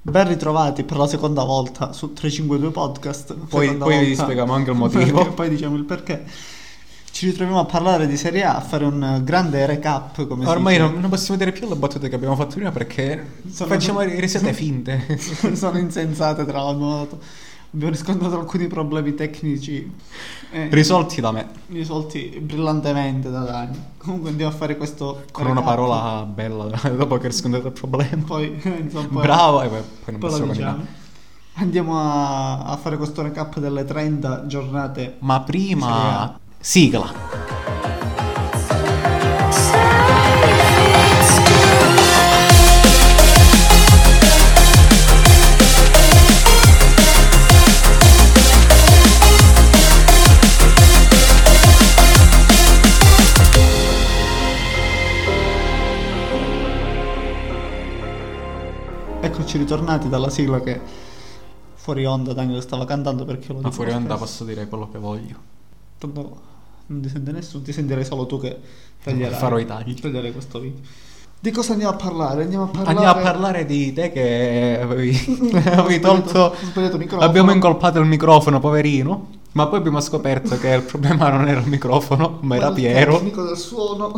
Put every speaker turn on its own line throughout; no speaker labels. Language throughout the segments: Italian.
Ben ritrovati per la seconda volta su 352 Podcast.
Poi,
Seconda
poi vi
volta.
spieghiamo anche il motivo.
Perché poi diciamo il perché. Ci ritroviamo a parlare di Serie A, a fare un eh, grande recap come
Ormai
si dice.
non, non possiamo vedere più le battute che abbiamo fatto prima perché
Sono-
facciamo risate finte.
sono insensate tra l'altro. Abbiamo riscontrato alcuni problemi tecnici eh,
Risolti da me
risolti brillantemente da Dani. Comunque andiamo a fare questo
con una
recap.
parola bella dopo che ho riscontrato il problema.
Poi, eh, insomma, poi-
Bravo, e poi, poi non
poi la
possiamo
diciamo.
continuare.
Andiamo a, a fare questo recap delle 30 giornate
Ma prima, sigla.
Eccoci ritornati dalla sigla che fuori onda Daniel stava cantando perché lo
Ma
dico
fuori onda
spesso.
posso dire quello che voglio.
Tanto non ti sente nessuno, ti sentirai solo tu che taglierai.
Farò i tagli.
Tagliare questo video. Di cosa andiamo a parlare? Andiamo a parlare
Andiamo a parlare di te che avevi,
Ho
avevi
sbagliato-
tolto.
ho sbagliato il microfono.
Abbiamo incolpato il microfono, poverino. Ma poi abbiamo scoperto che il problema non era il microfono, ma era
Al
Piero.
tecnico del suono.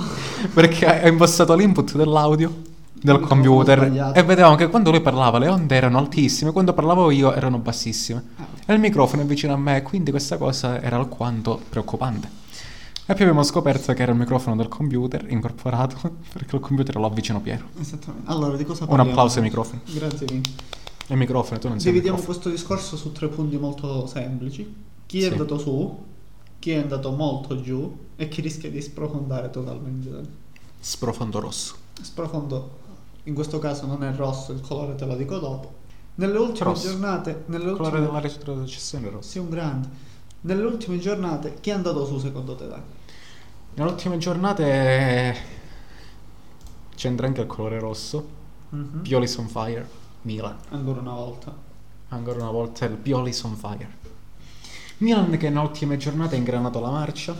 Perché ha impostato l'input dell'audio del
microfono
computer.
sbagliato.
E vedevamo che quando lui parlava le onde erano altissime, quando parlavo io erano bassissime.
Ah.
E il microfono è vicino a me, quindi questa cosa era alquanto preoccupante. E poi abbiamo scoperto che era il microfono del computer incorporato, perché il computer lo avvicino Piero.
Esattamente. Allora, di cosa
Un
parliamo?
applauso ai microfoni.
Grazie mille.
Ai microfoni, tu non sei un
Dividiamo questo
microfono.
discorso su tre punti molto semplici. Chi è
Sì.
andato su, chi è andato molto giù e chi rischia di sprofondare totalmente. Dani.
Sprofondo rosso.
Sprofondo, in questo caso non è rosso, il colore te lo dico dopo. Nelle ultime
Rosso.
giornate, nelle
Il colore
ultime,
della retrocessione è rosso.
sei un grande. Nelle ultime giornate, chi è andato su secondo te? Dani?
Nelle ultime giornate c'entra anche il colore rosso.
Mhm.
Piolis on fire, Milan.
Ancora una volta.
Ancora una volta il Piolis on fire. Milan che nelle ultime giornate ha ingranato la marcia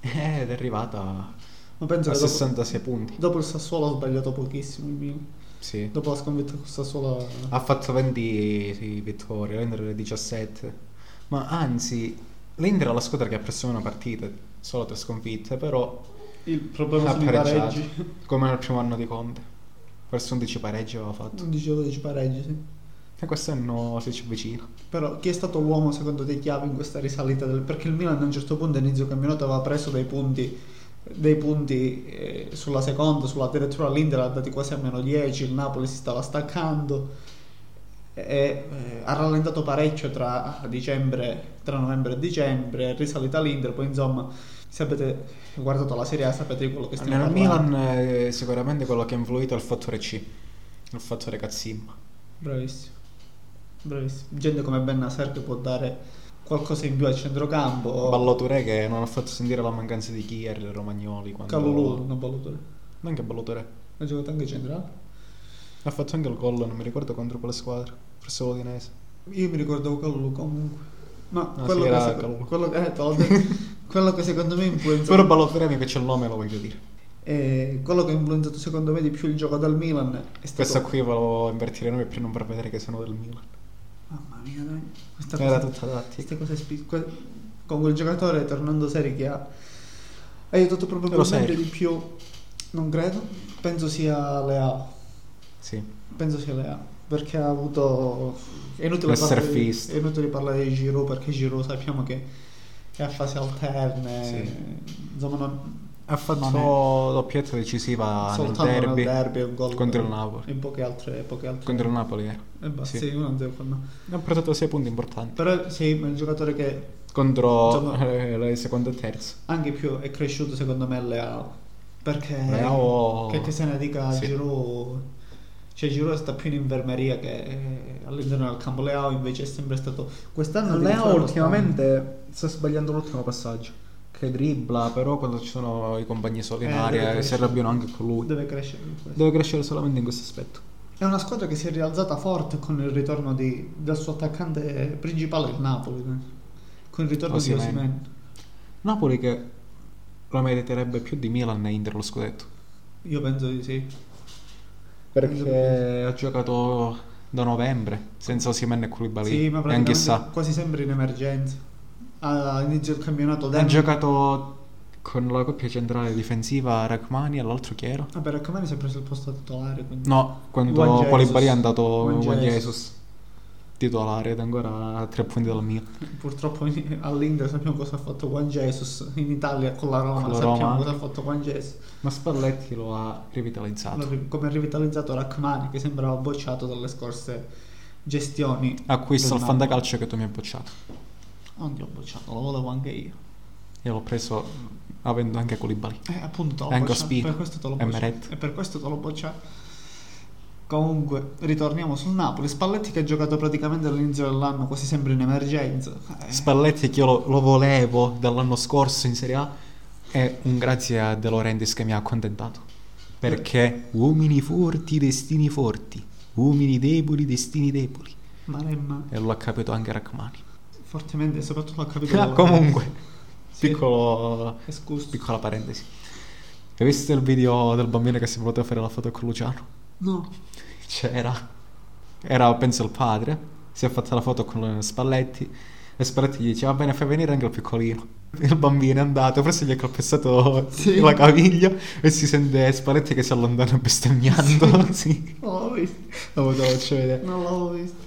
Eh, ed è arrivata
Ma penso
a
che dopo,
66 punti.
dopo il Sassuolo ho sbagliato pochissimo. il Milan.
Sì.
Dopo la sconfitta con il Sassuolo...
Ha fatto 20 sì, vittorie, l'Inter le 17. Ma anzi, l'Inter è la squadra che ha perso meno partite, solo tre sconfitte, però
Il problema
ha
sono i
pareggiato
pareggi.
come nel primo anno di Conte forse 11 pareggi aveva fatto
11-12 pareggi, sì.
e quest'anno si ci avvicina
Però chi è stato l'uomo secondo te chiave in questa risalita? del- Perché il Milan a un certo punto inizio campionato aveva preso dei punti, dei punti eh, sulla seconda, sulla addirittura l'Inter ha dati quasi a meno 10, il Napoli si stava staccando e eh, ha rallentato parecchio tra, dicembre, tra novembre e dicembre, è risalita l'Inter, poi insomma se avete guardato la Serie A sapete di quello che stiamo
nel
parlando.
Milan eh, sicuramente quello che ha influito è il fattore C il fattore Cazzimma
Bravissimo. Bravissimo. Gente come Ben Nasser che può dare qualcosa in più al centrocampo. o-
Balloture che non ha fatto sentire la mancanza di Kier e Romagnoli quando...
Calulu, non valutore.
anche Balloture
Ha giocato anche centrale.
ha fatto anche il gol non mi ricordo contro quale squadra forse l'Odinese
Io mi ricordavo Calulu comunque. Ma
No,
quello,
Ah, sì,
che
era
seco-
Calulu.
quello che- eh, te l'ho detto. quello che secondo me influenza
però Balloture mi piace il nome lo voglio dire
eh, quello che ha influenzato secondo me di più il gioco del Milan è stato
questa qui volevo invertire nome per non far vedere che sono del Milan
Mamma mia, dai. Questa
era
cosa-
tutta tattica
queste cose spi- que- con quel giocatore tornando seri che ha aiutato probabilmente
serio.
di più non credo penso sia Leao
sì
penso sia Leao perché ha avuto è inutile,
Un
parlare di,
surfista.
è inutile parlare di Giroud perché Giroud sappiamo che è a fasi alterne insomma non
Ha fatto
Non
doppietta decisiva nel
soltanto
derby,
nel derby è un gol
contro il Napoli.
in poche altre, poche altre
Contro il Napoli, eh.
e basta
sì.
sì, uno zero con-
Ha portato 6 punti importanti.
però sì ma è un giocatore che
Contro
Insomma-
eh, la seconda e terza.
anche più è cresciuto secondo me Leao perché
Leao-
che, che se ne dica
Sì.
Giroud cioè Giroud sta più in infermeria che eh, all'interno del campo Leao invece è sempre stato quest'anno addirittura
Leo
lo
ultimamente sta sbagliando l'ultimo passaggio. Che dribbla, però quando ci sono i compagni
Eh, deve
solitari si
crescere.
arrabbiano anche con
sta-
lui.
deve crescere in questo.
Deve crescere solamente in questo aspetto.
è una squadra che si è rialzata forte con il ritorno di- del suo attaccante principale il Napoli eh. con il ritorno
Osimhen.
di Osimhen
Napoli che lo meriterebbe più di Milan e Inter lo scudetto.
io penso di sì
Perché ha giocato da novembre, senza Osimen e Koulibaly.
Sì, ma
e anche
praticamente
Sa.
quasi sempre in emergenza. All'inizio del campionato
Ha
Dem-
giocato con la coppia centrale difensiva Rachmani e l'altro chi era?
Vabbè, Raccomani Ah, si è preso il posto titolare, quindi...
No,
Juan
quando
Jesus.
Koulibaly è andato
Juan
Juan
Jesus.
Jesus titolare ed è ancora a tre punti dal Milan.
Purtroppo in- all'Inter sappiamo cosa ha fatto Juan Jesus, in Italia con la Roma
Con la
sappiamo
Roma.
cosa ha fatto Juan Jesus,
Ma Spalletti lo ha
Allora,
rivitalizzato.
ri- come ha rivitalizzato Rachmani che sembrava bocciato dalle scorse gestioni.
Acquisto al
del
fantacalcio che tu mi hai bocciato.
Napoli. Non ti ho bocciato, lo volevo anche io.
Io l'ho preso avendo anche Koulibaly.
Eh, appunto, te l'ho
Anche
bocciato,
Ospina,
per questo te l'ho
e
bocciato.
Meret.
E per questo te l'ho bocciato. Comunque, ritorniamo sul Napoli. Spalletti che ha giocato praticamente all'inizio dell'anno, quasi sempre in emergenza. Eh,
Spalletti che io lo, lo volevo dall'anno scorso in Serie A è un grazie a De Laurentiis che mi ha accontentato perché uomini forti destini forti uomini deboli destini deboli
Maremma,
e lo ha capito anche Rachmani
eh, fortemente, e soprattutto l'ha capito.
Ah,
dalla-
comunque
Sì,
piccolo
Escuso.
piccola parentesi hai visto il video del bambino che si è voluto fare la foto con Luciano?
No,
c'era Cioè, era penso il padre si è fatta la foto con Spalletti e Spalletti gli dice va bene fai venire anche il piccolino il bambino è andato forse gli ha calpestato
Sì.
la caviglia e si sente Spalletti che si allontana bestemmiando sì.
non l'ho visto.
Dopo te lo faccio vedere
Non l'ho visto.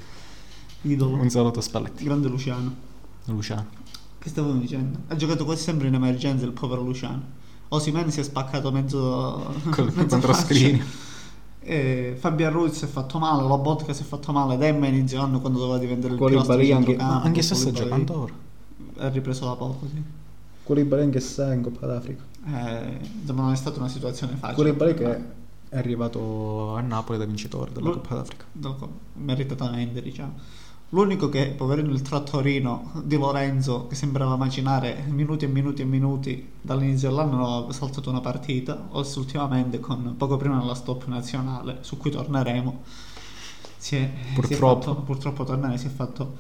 Idolo.
un saluto a Spalletti
Grande Luciano.
Luciano
Che stavamo dicendo? Ha giocato quasi sempre in emergenza il povero Luciano. Osimene si è spaccato mezzo.
Col-
mezzo
contro
faccia.
Skrini.
Eh, Fabian Ruiz si è fatto male, la Botka si è fatto male, Demma inizio anno quando doveva diventare il pilastro di
anche,
centrocampo,
ma Ah, anche se sta
Koulibaly
giocando ora
È ripreso da poco, sì.
Colibari anche sta in Coppa d'Africa
Eh, insomma, non è stata una situazione facile. Ah.
è arrivato a Napoli da vincitore
della Coppa Dopo, meritatamente diciamo. L'unico che, poverino, il trattorino di Lorenzo, che sembrava macinare minuti e minuti e minuti dall'inizio dell'anno, non aveva saltato una partita, o se ultimamente, con, poco prima della stop nazionale, su cui torneremo, si è,
Purtroppo.
si è fatto, purtroppo tornare, si è fatto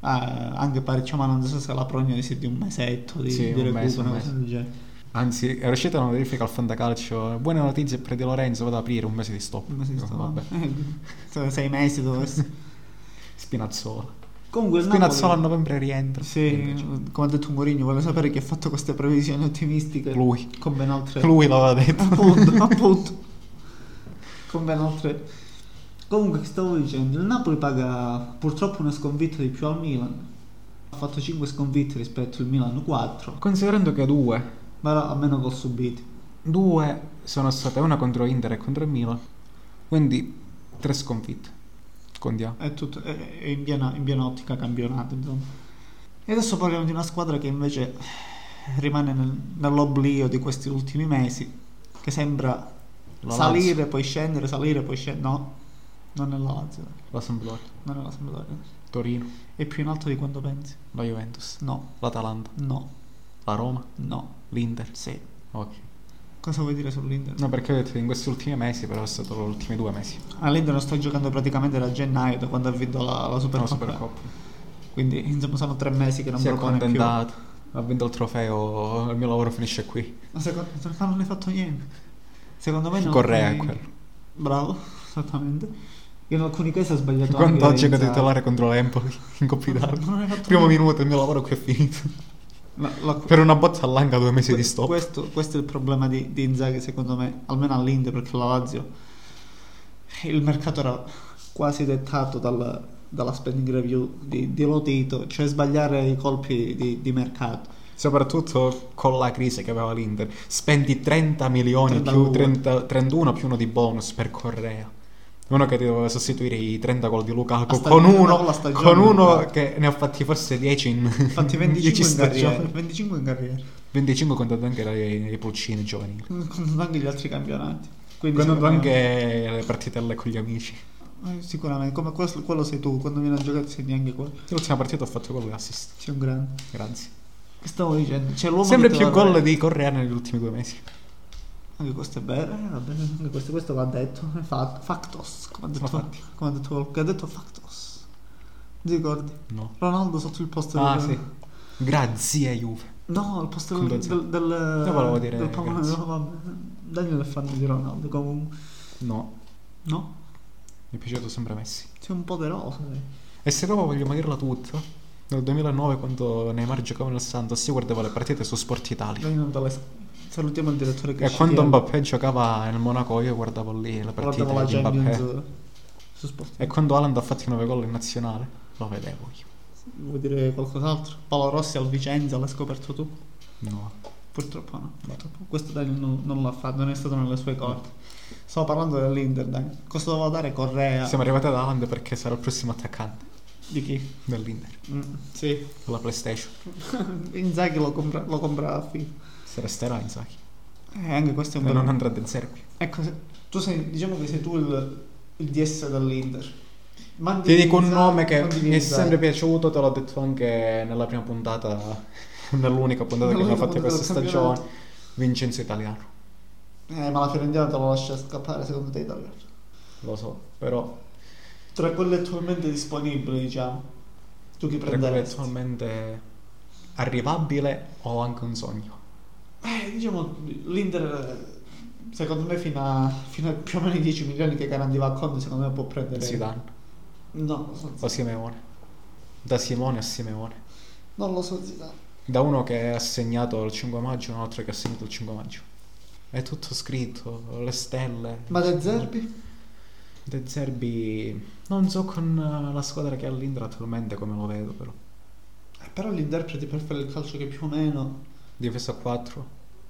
eh, anche parecchio male, non so se la prognosi di un mesetto, di,
Sì,
di
un mese,
recupero,
un
una
mese.
cosa del genere.
Anzi, è uscita una verifica al fantacalcio. Buone notizie per De Lorenzo, vado ad aprire un mese di stop.
Un mese di
Dico,
stop.
Vabbè.
Eh, Sei mesi dovesse...
Spinazzola.
Comunque il
Spinazzola a
Napoli-
novembre rientra. Invece.
Sì, come ha detto Mourinho, vuole sapere chi ha fatto queste previsioni ottimistiche.
Lui.
Con ben altre...
cioè, Lui l'aveva detto.
Appunto, appunto. Con ben altre... Comunque, che stavo dicendo, il Napoli paga purtroppo una sconfitta di più al Milan. Ha fatto 5 sconfitte rispetto al Milan 4,
Considerando che due,
ma almeno gol subiti.
due sono state una contro Inter e contro il Milan. Quindi tre sconfitte. Condiamo.
È, tutto, è, è in, piena, in piena ottica campionato, insomma. E adesso parliamo di una squadra che invece rimane nel- nell'oblio di questi ultimi mesi, che sembra
La
salire,
Lazio.
poi scendere, salire, poi scendere. No, non è la Lazio,
La Sampdoria,
non è la Sampdoria.
Torino,
È più in alto di quanto pensi.
la Juventus,
No,
l'Atalanta,
no,
la Roma,
no,
l'Inter.
sì.
Ok.
Cosa vuoi dire sull'Inter?
No, perché ho detto in questi ultimi mesi, però è stato gli ultimi due mesi.
All'Inter non sto giocando praticamente da gennaio, da quando ha vinto la, la
Per la
Supercoppa.
Supercoppa.
Quindi, insomma, sono tre mesi che non
si è
propone più.
accontentato. Ha vinto il trofeo, il mio lavoro finisce qui.
Ma secondo me non hai fatto niente. Secondo me non
Correa è
alcuni-
quello.
Bravo, esattamente. In alcuni casi ha sbagliato
Quando
anche
oggi che
Inzaghi.
titolare contro l'Empoli in Coppa Italia.
Non hai fatto
Primo
niente.
minuto il mio lavoro qui è finito.
La- la-
Per una botta all'anca due mesi di stop.
Questo, questo è il problema di, di Inzaghi, secondo me, almeno all'Inter, perché la Lazio il mercato era quasi dettato dal- dalla spending review di, di Lotito, cioè sbagliare i colpi di, di mercato.
Soprattutto con la crisi che aveva l'Inter. Spendi 30 milioni
31.
più 30 31 più uno di bonus per Correa. Uno che ti doveva sostituire i 30 gol di Lukaku
La
con
stagione-
uno,
la stagione
con
di
uno
Lukaku.
che ne ha fatti forse 10 in
Infatti
10
25 in carriera.
stagioni.
25 in carriera,
25 contando anche i, i pulcini giovanili.
contando anche gli altri campionati. Quindi
Contando
secondo me-
anche le partitelle con gli amici.
Eh, Sicuramente, come questo- quello sei tu, quando viene a giocare sei neanche quello.
L'ultima partita ho fatto gol e assist.
Sei un grande.
Grazie.
Che stavo dicendo? C'è l'uomo
Sempre
che
più
te la-
gol di Correa negli ultimi due mesi.
Anche questo è vero, eh, va bene, anche questo, questo va detto, è fatto. Factos, come ha detto,
Ma fatti.
come ha detto, che ha detto Factos. Ti ricordi?
No.
Ronaldo sotto il posto
Ah,
del...
sì. Grazie Juve.
No, il posto
Con
del...
Dozio.
del, del
Io volevo dire
del pomone-
grazie.
no, vabbè. Daniel è fan di Ronaldo, comunque.
No.
No?
Mi è piaciuto sempre Messi.
Sei un poderoso. dai.
E se proprio vogliamo dirla tutta, nel 2009 quando Neymar giocava nel Santos, io guardavo le partite su Sport Italia.
Dai, non te le- Salutiamo il direttore che
E
ci
quando
tiene.
Mbappé giocava nel Monaco io guardavo lì la partita
Guardavo la
di Mbappé.
Champions su Sport.
E quando Haaland ha fatto i 9 gol in nazionale, lo vedevo io.
Vuoi dire qualcos'altro? Paolo Rossi al Vicenza l'hai scoperto tu?
No.
Purtroppo no. Purtroppo. Questo Dani non, non l'ha fatto, non è stato nelle sue corde. Stavo parlando dell'Inter, Dani. Cosa doveva dare Correa?
Siamo arrivati ad Haaland perché sarà il prossimo attaccante
Di chi?
dell'Inter,
Mm, sì.
della PlayStation.
Inzaghi lo compra, lo compra a fine.
Se resterà Inzaghi.
Eh, anche questo è
E
un vero...
non andrà del Serbia.
Ecco, se- tu sei, diciamo che sei tu il, il DS dell'Inter. Mandi
Ti dico un
Inzaghi,
nome che
mandi
mi è
Inzaghi.
sempre piaciuto, te l'ho detto anche nella prima puntata, nell'unica puntata che abbiamo
Nell'unica
fatto questa
puntata del campionato.
stagione, Vincenzo Italiano.
Eh, ma la Fiorentina te lo lascia scappare secondo te, italiano.
Lo so, però
Tra quelle attualmente disponibili, diciamo. Tu chi
per me è
prenderesti?
attualmente arrivabile ho anche un sogno.
Eh, diciamo, l'Inter eh, secondo me fino a, fino a più o meno i 10 milioni che garantiva a Conte secondo me può prendere.
Zidane
No, lo so,
o Simeone. Da Simone a Simeone.
non lo so Zidane.
Da uno che ha segnato il 5 maggio e un altro che ha segnato il 5 maggio. È tutto scritto, le stelle.
Ma De Zerbi?
De Zerbi non so con eh, la squadra che ha l'Indra attualmente come lo vedo però.
Eh, però l'interprete per fare il calcio che più o meno...
Difesa a 4,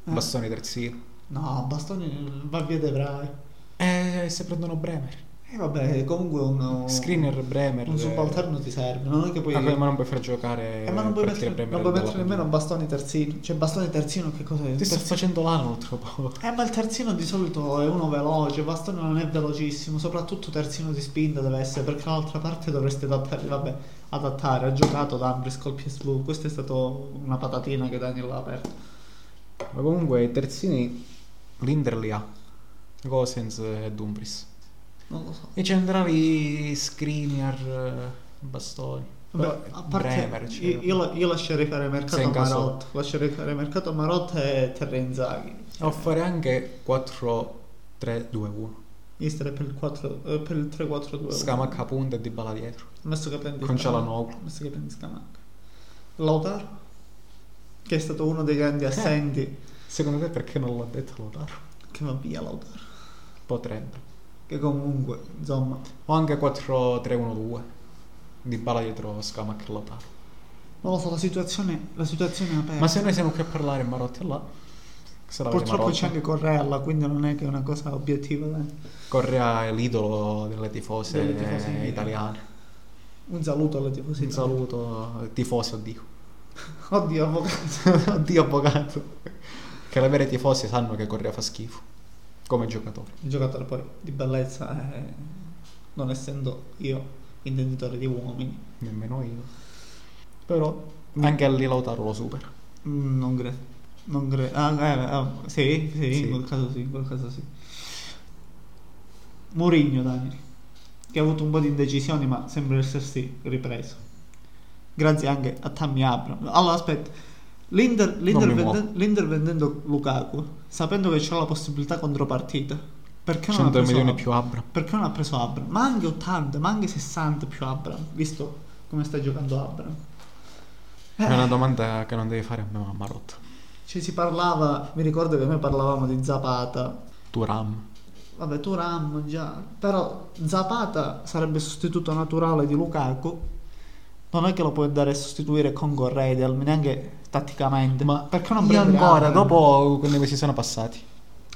Eh.
bastoni terzino.
No, Bastoni va via De Vrij.
E Eh, se prendono Bremer.
E vabbè, comunque un...
Screener Bremer.
Un subalterno ti serve, non è che poi...
Ah, beh, ma non puoi far giocare
Eh, ma non puoi
partire
mettere, non
Bremer
puoi
dalla
mettere nemmeno
panchina.
bastoni terzino. Cioè, bastoni terzino che cos'è? Un
Ti sto
terzino-
facendo l'anno tra poco.
Eh, ma il terzino di solito è uno veloce, Bastoni non è velocissimo, soprattutto terzino di spinta deve essere, perché l'altra parte dovresti adattare, vabbè, adattare, ha giocato D'Ambris col PSV, questa è stata una patatina che Daniel ha aperto.
Ma comunque i terzini l'Inter li ha. Gosens e Dumbris.
Non lo so.
I centrali Skriniar, eh, Bastoni.
Vabbè,
Però,
a parte,
Bremer, cioè,
io, io la- io lascerei fare mercato
Se in
a
caso-
Marotta, lascerei fare mercato a Marotta e Terrenzaghi.
a fare anche 4-3-2-1.
Istere per il 4 eh, per il 3-4-2.
Scamacca punta e di bala dietro.
Ammesso che prendi
Con
Scamacca.
Cialanoglu.
Ammesso che prendi Scamacca. Lautaro che è stato uno dei grandi assenti.
Secondo te perché non l'ha detto Lotaro?
che va via Lautaro
Potrebbe.
che comunque insomma
O anche 4-3-1-2. Di bala dietro Scamacca e Lotaro.
non lo so la situazione, la situazione è aperta
Ma se noi siamo qui a parlare Marotta è là. Se la vede
purtroppo
Marotta.
c'è anche Correa quindi non è che è una cosa obiettiva dai.
Correa è l'idolo delle tifose,
Delle tifose
italiane.
un saluto alle tifosine
Un saluto, tifosi, oddio.
oddio avvocato
oddio, avvocato. Che le vere tifose sanno che Correa fa schifo. Come giocatore.
il giocatore poi di bellezza eh, non essendo io intenditore di uomini
Nemmeno io. Però anche a lì Lautaro lo supera.
Mm, non credo non credo ah, eh, ah, sì, sì,
Sì.
in quel caso sì in quel caso sì Mourinho Dani che ha avuto un po' di indecisioni ma sembra essersi ripreso grazie anche a Tammy Abram allora aspetta l'Inter, l'Inter
mi
vende-
muovo.
l'Inter vendendo Lukaku sapendo che c'era la possibilità contropartita perché non ha
100
preso
milioni
Ab-
più Abram.
perché non ha preso Abram ma anche 80 ma anche 60 più Abram visto come sta giocando Abram Eh.
È una domanda che non devi fare a me, mamma rotta.
Ci si parlava, mi ricordo che noi parlavamo di Zapata.
Turam.
Vabbè, Turam già, però Zapata sarebbe il sostituto naturale di Lukaku. Non è che lo puoi andare a sostituire con Correa idealmente, neanche tatticamente. Ma perché non
Io
prendere
ancora,
Abraham?
dopo quando questi sono passati.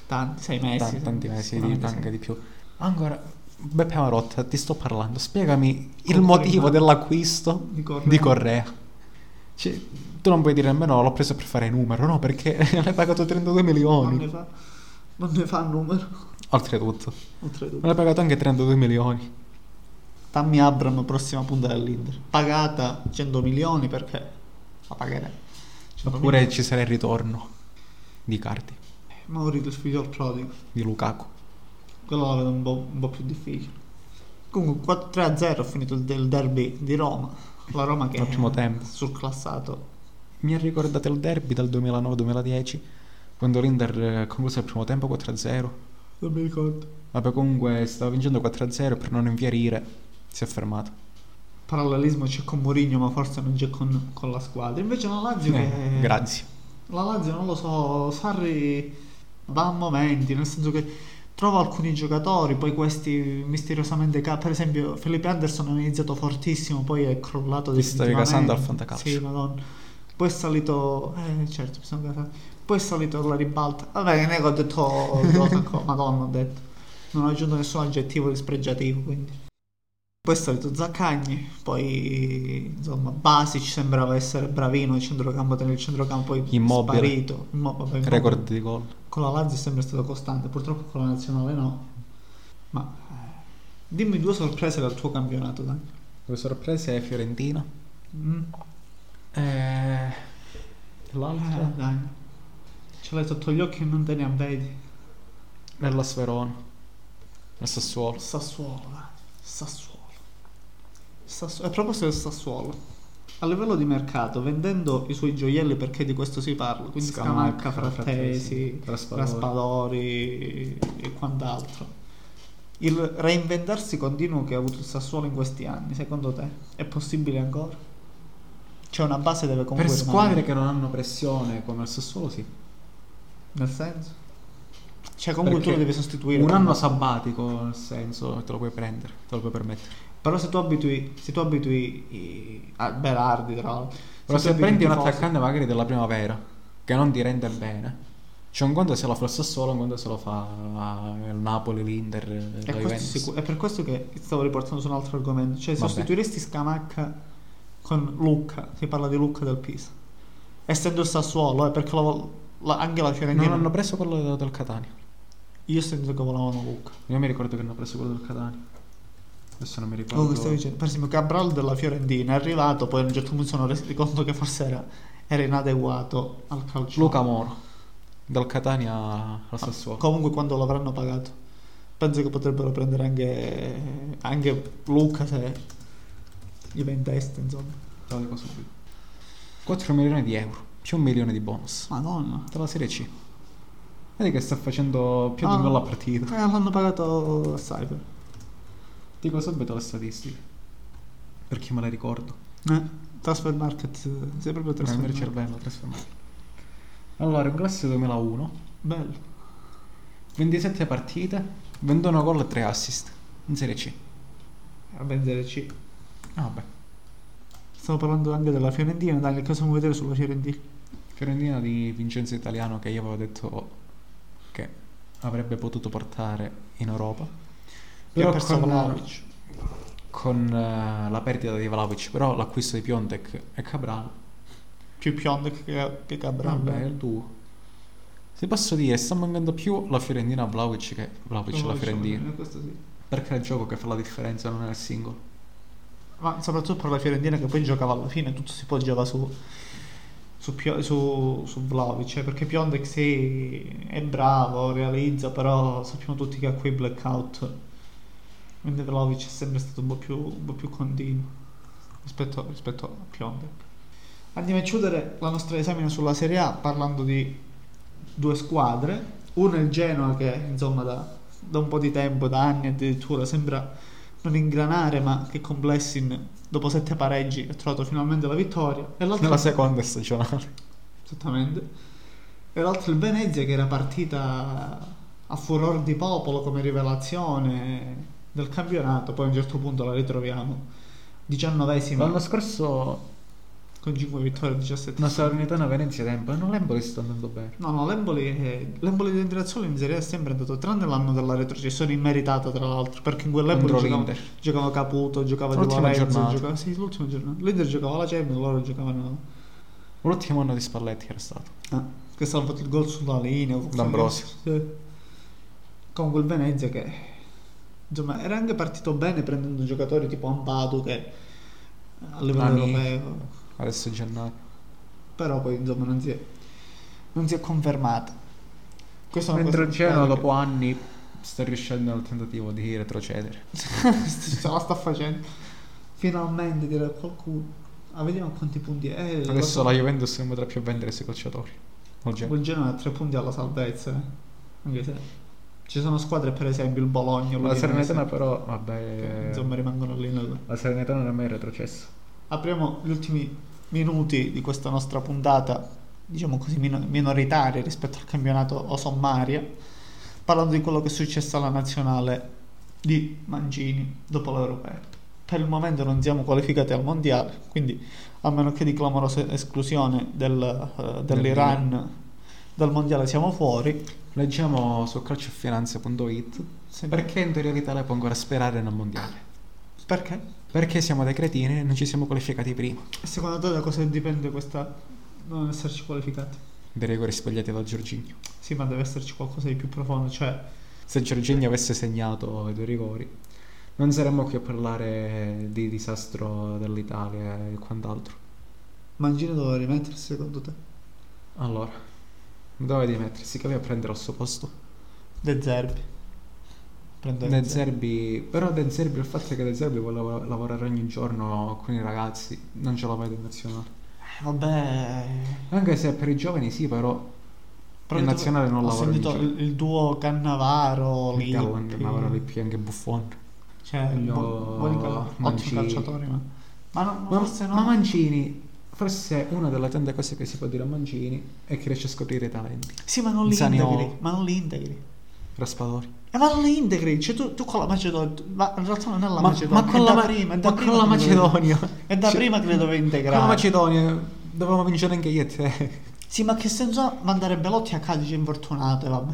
tanti, sei mesi,
Tan- tanti mesi, di,
sicuramente sì.
anche di più. Ancora, Beppe Marotta, ti sto parlando, spiegami il
Con
motivo
Correa.
dell'acquisto
Di
di
Correa.
Correa. Cioè, tu non puoi dire nemmeno l'ho preso per fare numero, no? Perché l'hai pagato 32
Non ne
milioni.
fa, non ne fa numero,
Oltretutto,
oltretutto.
l'hai pagato anche 32 milioni.
Tammy Abram, prossima punta dell'Inter. Pagata 100 milioni perché la pagherei. 100
Oppure
milioni.
ci sarà il ritorno di Cardi,
Maurizio, il figlio del prodigo.
di Lukaku.
Quello la vedo un po', un po' più difficile. Comunque 4-3-0 ho finito il del derby di Roma. La Roma che
Al primo tempo.
surclassato.
Mi ha ricordato il derby del 2009-2010, quando l'Inter eh, concluse il primo tempo 4-0
Non mi ricordo.
Vabbè, comunque stava vincendo 4-0 per non infiarire. Si è fermato.
Parallelismo c'è con Mourinho, ma forse non c'è con, con la squadra. Invece la Lazio
Eh,
che...
grazie.
La Lazio non lo so, Sarri va a momenti, nel senso che trova alcuni giocatori, poi questi misteriosamente ca- per esempio Felipe Anderson ha iniziato fortissimo, poi è crollato
Ti stavi casando al
definitivamente.
fantacalcio.
Sì, madonna. Poi è salito eh certo, mi sono casato. Poi è salito alla ribalta. Vabbè, ne ho detto cosa ancora, madonna, ho detto. Non ho aggiunto nessun aggettivo dispregiativo, quindi. Poi è salito Zaccagni, poi insomma Basic sembrava essere bravino nel centrocampo, nel centrocampo poi
Immobile.
sparito. Immo- vabbè, Immobile.
Record di gol.
Con la Lazio è sempre stato costante, purtroppo con la nazionale no. Ma eh, dimmi due sorprese dal tuo campionato, dai.
Due sorprese Fiorentina.
Mm.
Eh, l'altra
Eh, dai. Ce l'hai sotto gli occhi e non te ne avvedi.
nella Sverona. Nel Sassuolo.
Sassuolo, dai. Sassuolo. Sassu- a proposito del Sassuolo, a livello di mercato, vendendo i suoi gioielli perché di questo si parla, quindi Scamacca, Frattesi,
Traspadori.
Raspadori e quant'altro. Il reinventarsi continuo che ha avuto il Sassuolo in questi anni, secondo te, è possibile ancora? C'è una base deve
Per
comunque
squadre che non hanno pressione come il Sassuolo, sì.
nel senso? Cioè comunque tu
Perché
lo devi sostituire.
Un
con-
anno sabbatico, nel senso, te lo puoi prendere, te lo puoi permettere.
Però se tu abitui, se tu abitui i- a Berardi, tra l'altro.
Però
tu
se
abitui
prendi un
i tifosi-
attaccante magari della primavera, che non ti rende bene, c'è un conto se lo fa il Sassuolo, un conto se lo fa la- il Napoli, l'Inter, eh, la
E questo è,
Juventus.
sicuro- è per questo che ti stavo riportando su un altro argomento. Cioè,
Vabbè.
sostituiresti Scamacca con Lucca. Si parla di Lucca del Pisa. Essendo il Sassuolo, eh, perché la vol- la- anche la
Non
Fiorentina.
hanno preso quello del, del Catania.
Io ho sentito che volavano Lucca.
Io mi ricordo che hanno preso quello del Catania. Adesso non mi ricordo.
Comunque, stavo Oh, dicendo, per esempio, Cabral della Fiorentina è arrivato. Poi a un certo punto mi sono reso conto che forse era, era inadeguato al calcio.
Luca Moro, dal Catania
Ah,
al Sassuolo.
Comunque, quando l'avranno pagato, penso che potrebbero prendere anche, anche Lucca se gli va in testa, insomma.
Te lo dico subito. 4 milioni di euro, più un milione di bonus.
Madonna.
Dalla Serie C. Vedi che sta facendo più di
Ah.
un gol a partita.
Eh, l'hanno pagato Cyber.
Dico subito le statistiche. Perché me le ricordo.
Eh, transfer market. eh, Sei proprio transfer
Prendere il
market.
cervello, trasformare. Allora, in classe 2001,
Bello.
27 partite, 21 gol e 3 assist. In Serie C.
A vendere C.
Ah, vabbè.
Stiamo parlando anche della Fiorentina. Dai, che cosa vuoi vedere sulla Fiorentina?
Fiorentina di Vincenzo Italiano che io avevo detto che avrebbe potuto portare in Europa.
Io
Però
ho perso
con,
Vlahovic.
con, eh, la perdita di Vlaovic, però l'acquisto di Piontek e Cabral.
Più biondo che, che Cabral.
Vabbè, è il duo. Se posso dire, sta mancando più la Fiorentina a Vlaovic che Vlaovic alla Fiorentina.
Eh, questo sì.
Perché è il gioco che fa la differenza, non è il singolo.
Ma soprattutto per la Fiorentina che poi giocava alla fine, tutto si poggiava su su, Pio- su, su Vlahovic, eh, perché Piontek sì, è bravo, realizza, però sappiamo tutti che ha quei blackout. Quindi Vlaovic è sempre stato un po' più, un po' più continuo rispetto, rispetto a Piontek. Andiamo a chiudere la nostra esamina sulla Serie A parlando di due squadre. Una è il Genoa che insomma da, da un po' di tempo, da anni addirittura, sembra non ingranare, ma che con Blessing dopo sette pareggi ha trovato finalmente la vittoria. E l'altra
Nella seconda stagionale.
Esattamente. E l'altro il Venezia che era partita a furor di popolo come rivelazione del campionato, poi a un certo punto la ritroviamo
L'anno
diciannovesima
scorso
con 5 vittorie 17.
la Salernitana Venezia Tempo e non l'Empoli sta andando bene.
No, no, l'Emboli, eh, l'Emboli di Internazionale in Serie A è sempre andato, tranne l'anno della retrocessione immeritata tra l'altro, perché in quell'Emboli
Contro
giocava,
l'Inter.
giocava Caputo, giocava Di
L'ultima
Lorenzo,
giornata.
giocava... Sì, l'ultima giornata. L'Inter giocava la Champions, loro giocavano...
L'ultimo anno di Spalletti era stato.
Ah, che ha fatto il gol sulla linea o-
Eh? D'Ambrosio.
Sì. con quel Venezia che insomma era anche partito bene prendendo giocatori tipo Ampadu che a livello
Nani.
europeo
Adesso è gennaio.
però poi insomma non si è non si è confermata questo
Mentre il Genoa dopo
può
anni sta riuscendo nel tentativo di retrocedere.
ce la sta facendo finalmente dire a qualcuno ah, vediamo quanti punti è Eh,
Adesso la Juventus non potrà più vendere i suoi calciatori. O il Genoa.
quel Genoa ha tre punti alla salvezza eh. anche se Ci sono squadre, per esempio, il Bologna.
La
l'Udinese,
Serenetana però,
che,
Eh,
vabbè...
Insomma, rimangono lì. nel-
La Serenetana non è mai retrocessa.
Apriamo gli ultimi minuti di questa nostra puntata, diciamo così, mino- minoritaria rispetto al campionato o sommaria, parlando di quello che è successo alla nazionale di Mangini dopo l'Europeo. Per il momento non siamo qualificati al mondiale, quindi a meno che di clamorosa esclusione del, eh, dell'Iran dal mondiale siamo fuori.
Leggiamo su calciofinanze.it
Se-
perché in teoria l'Italia può ancora sperare nel mondiale.
Perché?
Perché siamo dei cretini e non ci siamo qualificati prima.
Secondo te da cosa dipende questa non esserci qualificati?
Dei rigori sbagliati da Giorginio.
Sì, ma deve esserci qualcosa di più profondo, cioè
Se Giorginio avesse segnato i due rigori, non saremmo qui a parlare di disastro dell'Italia e quant'altro.
Mangini doveva rimettersi secondo te?
Allora, dove devi mettersi? Che vai a prendere al suo posto?
De Zerbi. Prendo
De Zerbi, però De Zerbi, il fatto è che De Zerbi vuole lav- lavorare ogni giorno con i ragazzi, non ce la vedo in nazionale.
Eh, Vabbè.
Anche se per i giovani sì, però
Però
in
tu-
nazionale non
Ho
lavora ogni
sentito
giorno.
il, il duo Cannavaro,
Il Talon,
Lippi.
ma ora Lippi anche Buffon.
Cioè,
Voglio-
bu- buoni cal- ottimi
Mancini.
calciatori, ma... Ma, no,
Ma,
forse no.
ma Mancini, forse una delle tante cose che si può dire a Mancini è che riesce a scoprire i talenti.
Sì, ma non li
Zaniolo.
integri. Ma non li integri.
Raspadori.
Eh, ma non li integri. Cioè, tu, tu con la Macedonia... tu- Ma in realtà non è la
ma,
Macedonia.
ma con
è
la,
da
ma-
prima, è da
ma
prima
con la
che dovevi-
Macedonia.
È da
Cioè,
prima che le dovevi
Con la
integrare.
Macedonia dovevamo vincere anche io e te.
Sì, ma che senso ha mandare Belotti a Cadice infortunato, e vabbè.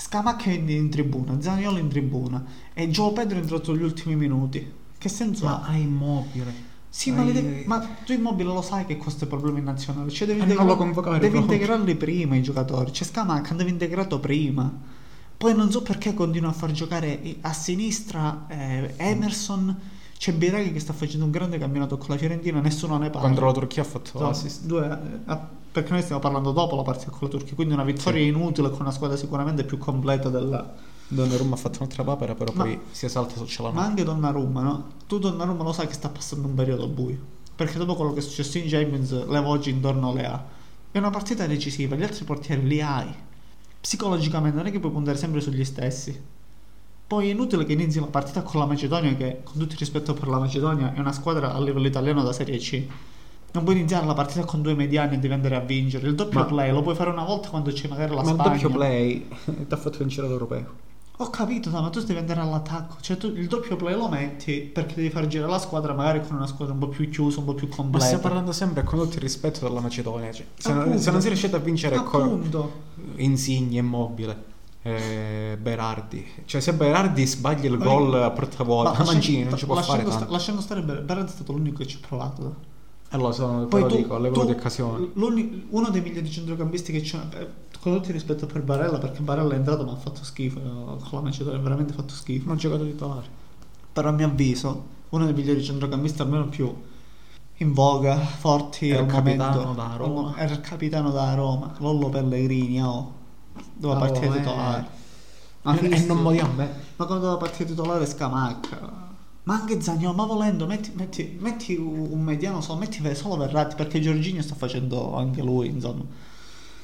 Scamacca in, in tribuna, Zaniolo in tribuna e Gio Pedro è entrato agli ultimi minuti. Che senso
Ma
ha?
è immobile.
Sì, ma, le
hai-
devi- ma tu immobile lo sai che questo è problema in nazionale. Cioè devi,
Eh, non
integra-
lo convocare
devi
proprio.
integrarli prima i giocatori. cioè C'è Scamacca andava integrato prima. Poi non so perché continua a far giocare i- a sinistra eh, Emerson. C'è Biraghi che sta facendo un grande campionato con la Fiorentina, nessuno ne parla.
Contro la Turchia ha fatto
Insomma,
assist.
due- eh, perché noi stiamo parlando dopo la partita con la Turchia, quindi una vittoria inutile con una squadra sicuramente più completa della...
Donnarumma ha fatto un'altra papera, però
Ma-
poi si esalta su Celano.
Ma anche Donnarumma, no? Tu Donnarumma lo sai che sta passando un periodo buio, perché dopo quello che è successo in Champions le voci intorno le ha. È una partita decisiva, gli altri portieri li hai. Psicologicamente non è che puoi puntare sempre sugli stessi. Poi è inutile che inizi la partita con la Macedonia, che con tutto il rispetto per la Macedonia è una squadra a livello italiano da Serie C. Non puoi iniziare la partita con due mediani e devi andare a vincere. Il doppio
Ma-
play lo puoi fare una volta quando c'è magari la
Ma il
Spagna.
doppio play ti ha fatto vincere l'europeo.
Ho capito, no, ma tu devi andare all'attacco. Cioè, tu il doppio play lo metti perché devi far girare la squadra, magari con una squadra un po' più chiusa, un po' più
Ma
completa.
stiamo parlando sempre con tutto il rispetto della Macedonia. cioè, se, non,
Appunto.
se non si riuscite a vincere con
Appunto.
Insigne, Immobile, eh, Berardi. Cioè, se Berardi sbaglia il gol a portavoce,
Ma
ma Mancini non
lascia-
ci può fare
lasciando,
tanto. Eh,
sta- lasciando stare Ber- Berardi è stato l'unico che ci ha provato. no?
Allora, sono, poi
tu-
dico, a livello
tu-
di occasione.
l'uni- uno dei migliori centrocampisti che c'è, eh, con tutto il rispetto per Barella, perché Barella è entrato ma ha fatto schifo, eh, con la Macedonia ha veramente fatto schifo.
Non ha giocato titolare.
Però a mio avviso, uno dei migliori centrocampisti, almeno più in voga, forti
Era
al
il capitano
momento.
da Roma.
Era il capitano da Roma, Lollo Pellegrini, oh. Doveva
Oh,
partire
eh.
titolare. Ma
E, e
visto?
non moriamo eh. a me.
Ma quando doveva partire titolare Scamacca. Ma anche Zagnolo, ma volendo, metti, metti- metti un mediano solo, metti ve- solo Verratti, perché Giorginio sta facendo anche lui, insomma.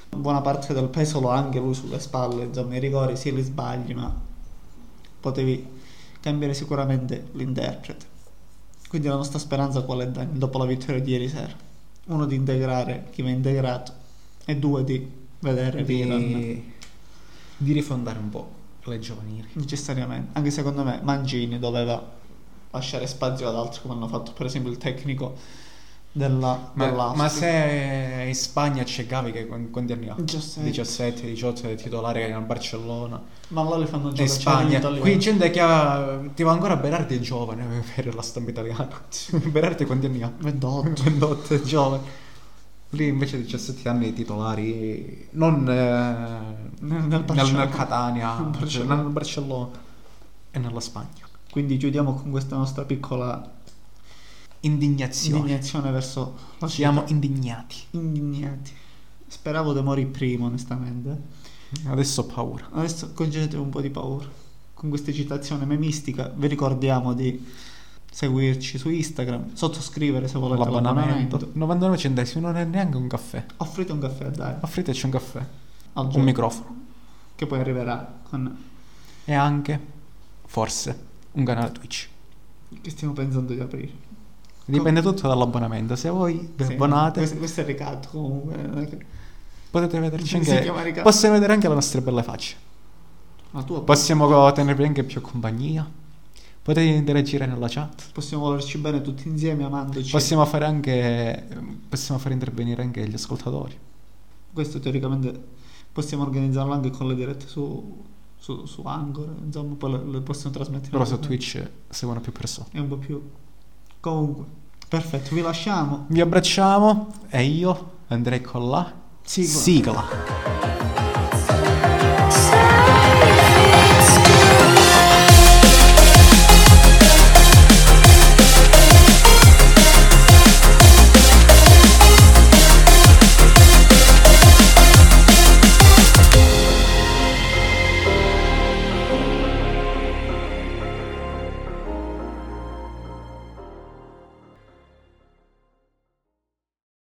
Buona parte del peso lo ha anche lui sulle spalle, insomma, i rigori sì li sbagli, ma potevi cambiare sicuramente l'interprete. Quindi la nostra speranza qual è Dani, dopo la vittoria di ieri sera? Uno di integrare chi mi ha integrato e due di vedere Milan
Di, di rifondare un po' le giovanili.
necessariamente. Anche secondo me Mangini doveva lasciare spazio ad altri come hanno fatto per esempio il tecnico della,
Ma,
dell'Austria.
ma se in Spagna c'è Gavi che con- quanti anni ha?
17.
17, 18 è titolare a Barcellona.
Ma allora li fanno
In
giocare
Spagna.
in
Qui gente che ha. Tipo ancora Berardi è giovane per la stampa italiana. Berardi quanti anni ha?
28.
28 è giovane. Lì invece 17 anni i titolari. Non eh,
Nel- nel
nel, nel,
Barcellona.
Catania,
Nel
cioè,
Barcellona.
nel Barcellona e nella Spagna.
Quindi chiudiamo con questa nostra piccola
Indignazione.
indignazione verso la città.
Siamo indignati.
indignati. Speravo di morire prima, onestamente.
Adesso ho paura.
Adesso congedetevi un po' di paura. Con questa citazione memistica vi ricordiamo di seguirci su Instagram, sottoscrivere se volete l'abbonamento.
L'abbonamento. 99 centesimi non è neanche un caffè.
Offrite un caffè a Dario,
Offriteci un caffè.
al
Un
giorno,
microfono.
che poi arriverà con
e anche, forse, un canale Twitch.
Che stiamo pensando di aprire.
Dipende tutto dall'abbonamento. Se voi vi
Sì,
abbonate,
Questo, questo è ricatto comunque. non è che-
potete vederci
Si chiama
anche.
Riccardo.
Possiamo vedere anche le nostre belle facce.
Ma tu
Possiamo co- tenervi anche più compagnia. Potete interagire nella chat.
possiamo volerci bene tutti insieme amandoci.
Possiamo fare anche. Possiamo far intervenire anche gli ascoltatori.
Questo teoricamente possiamo organizzarlo anche con le dirette su, su, su Anchor, insomma, poi le, le possiamo trasmettere.
Però su
anche-
Twitch seguono più persone.
È un po' più... Comunque, perfetto, vi lasciamo.
Vi abbracciamo e io andrei con la
Sigla.
sigla.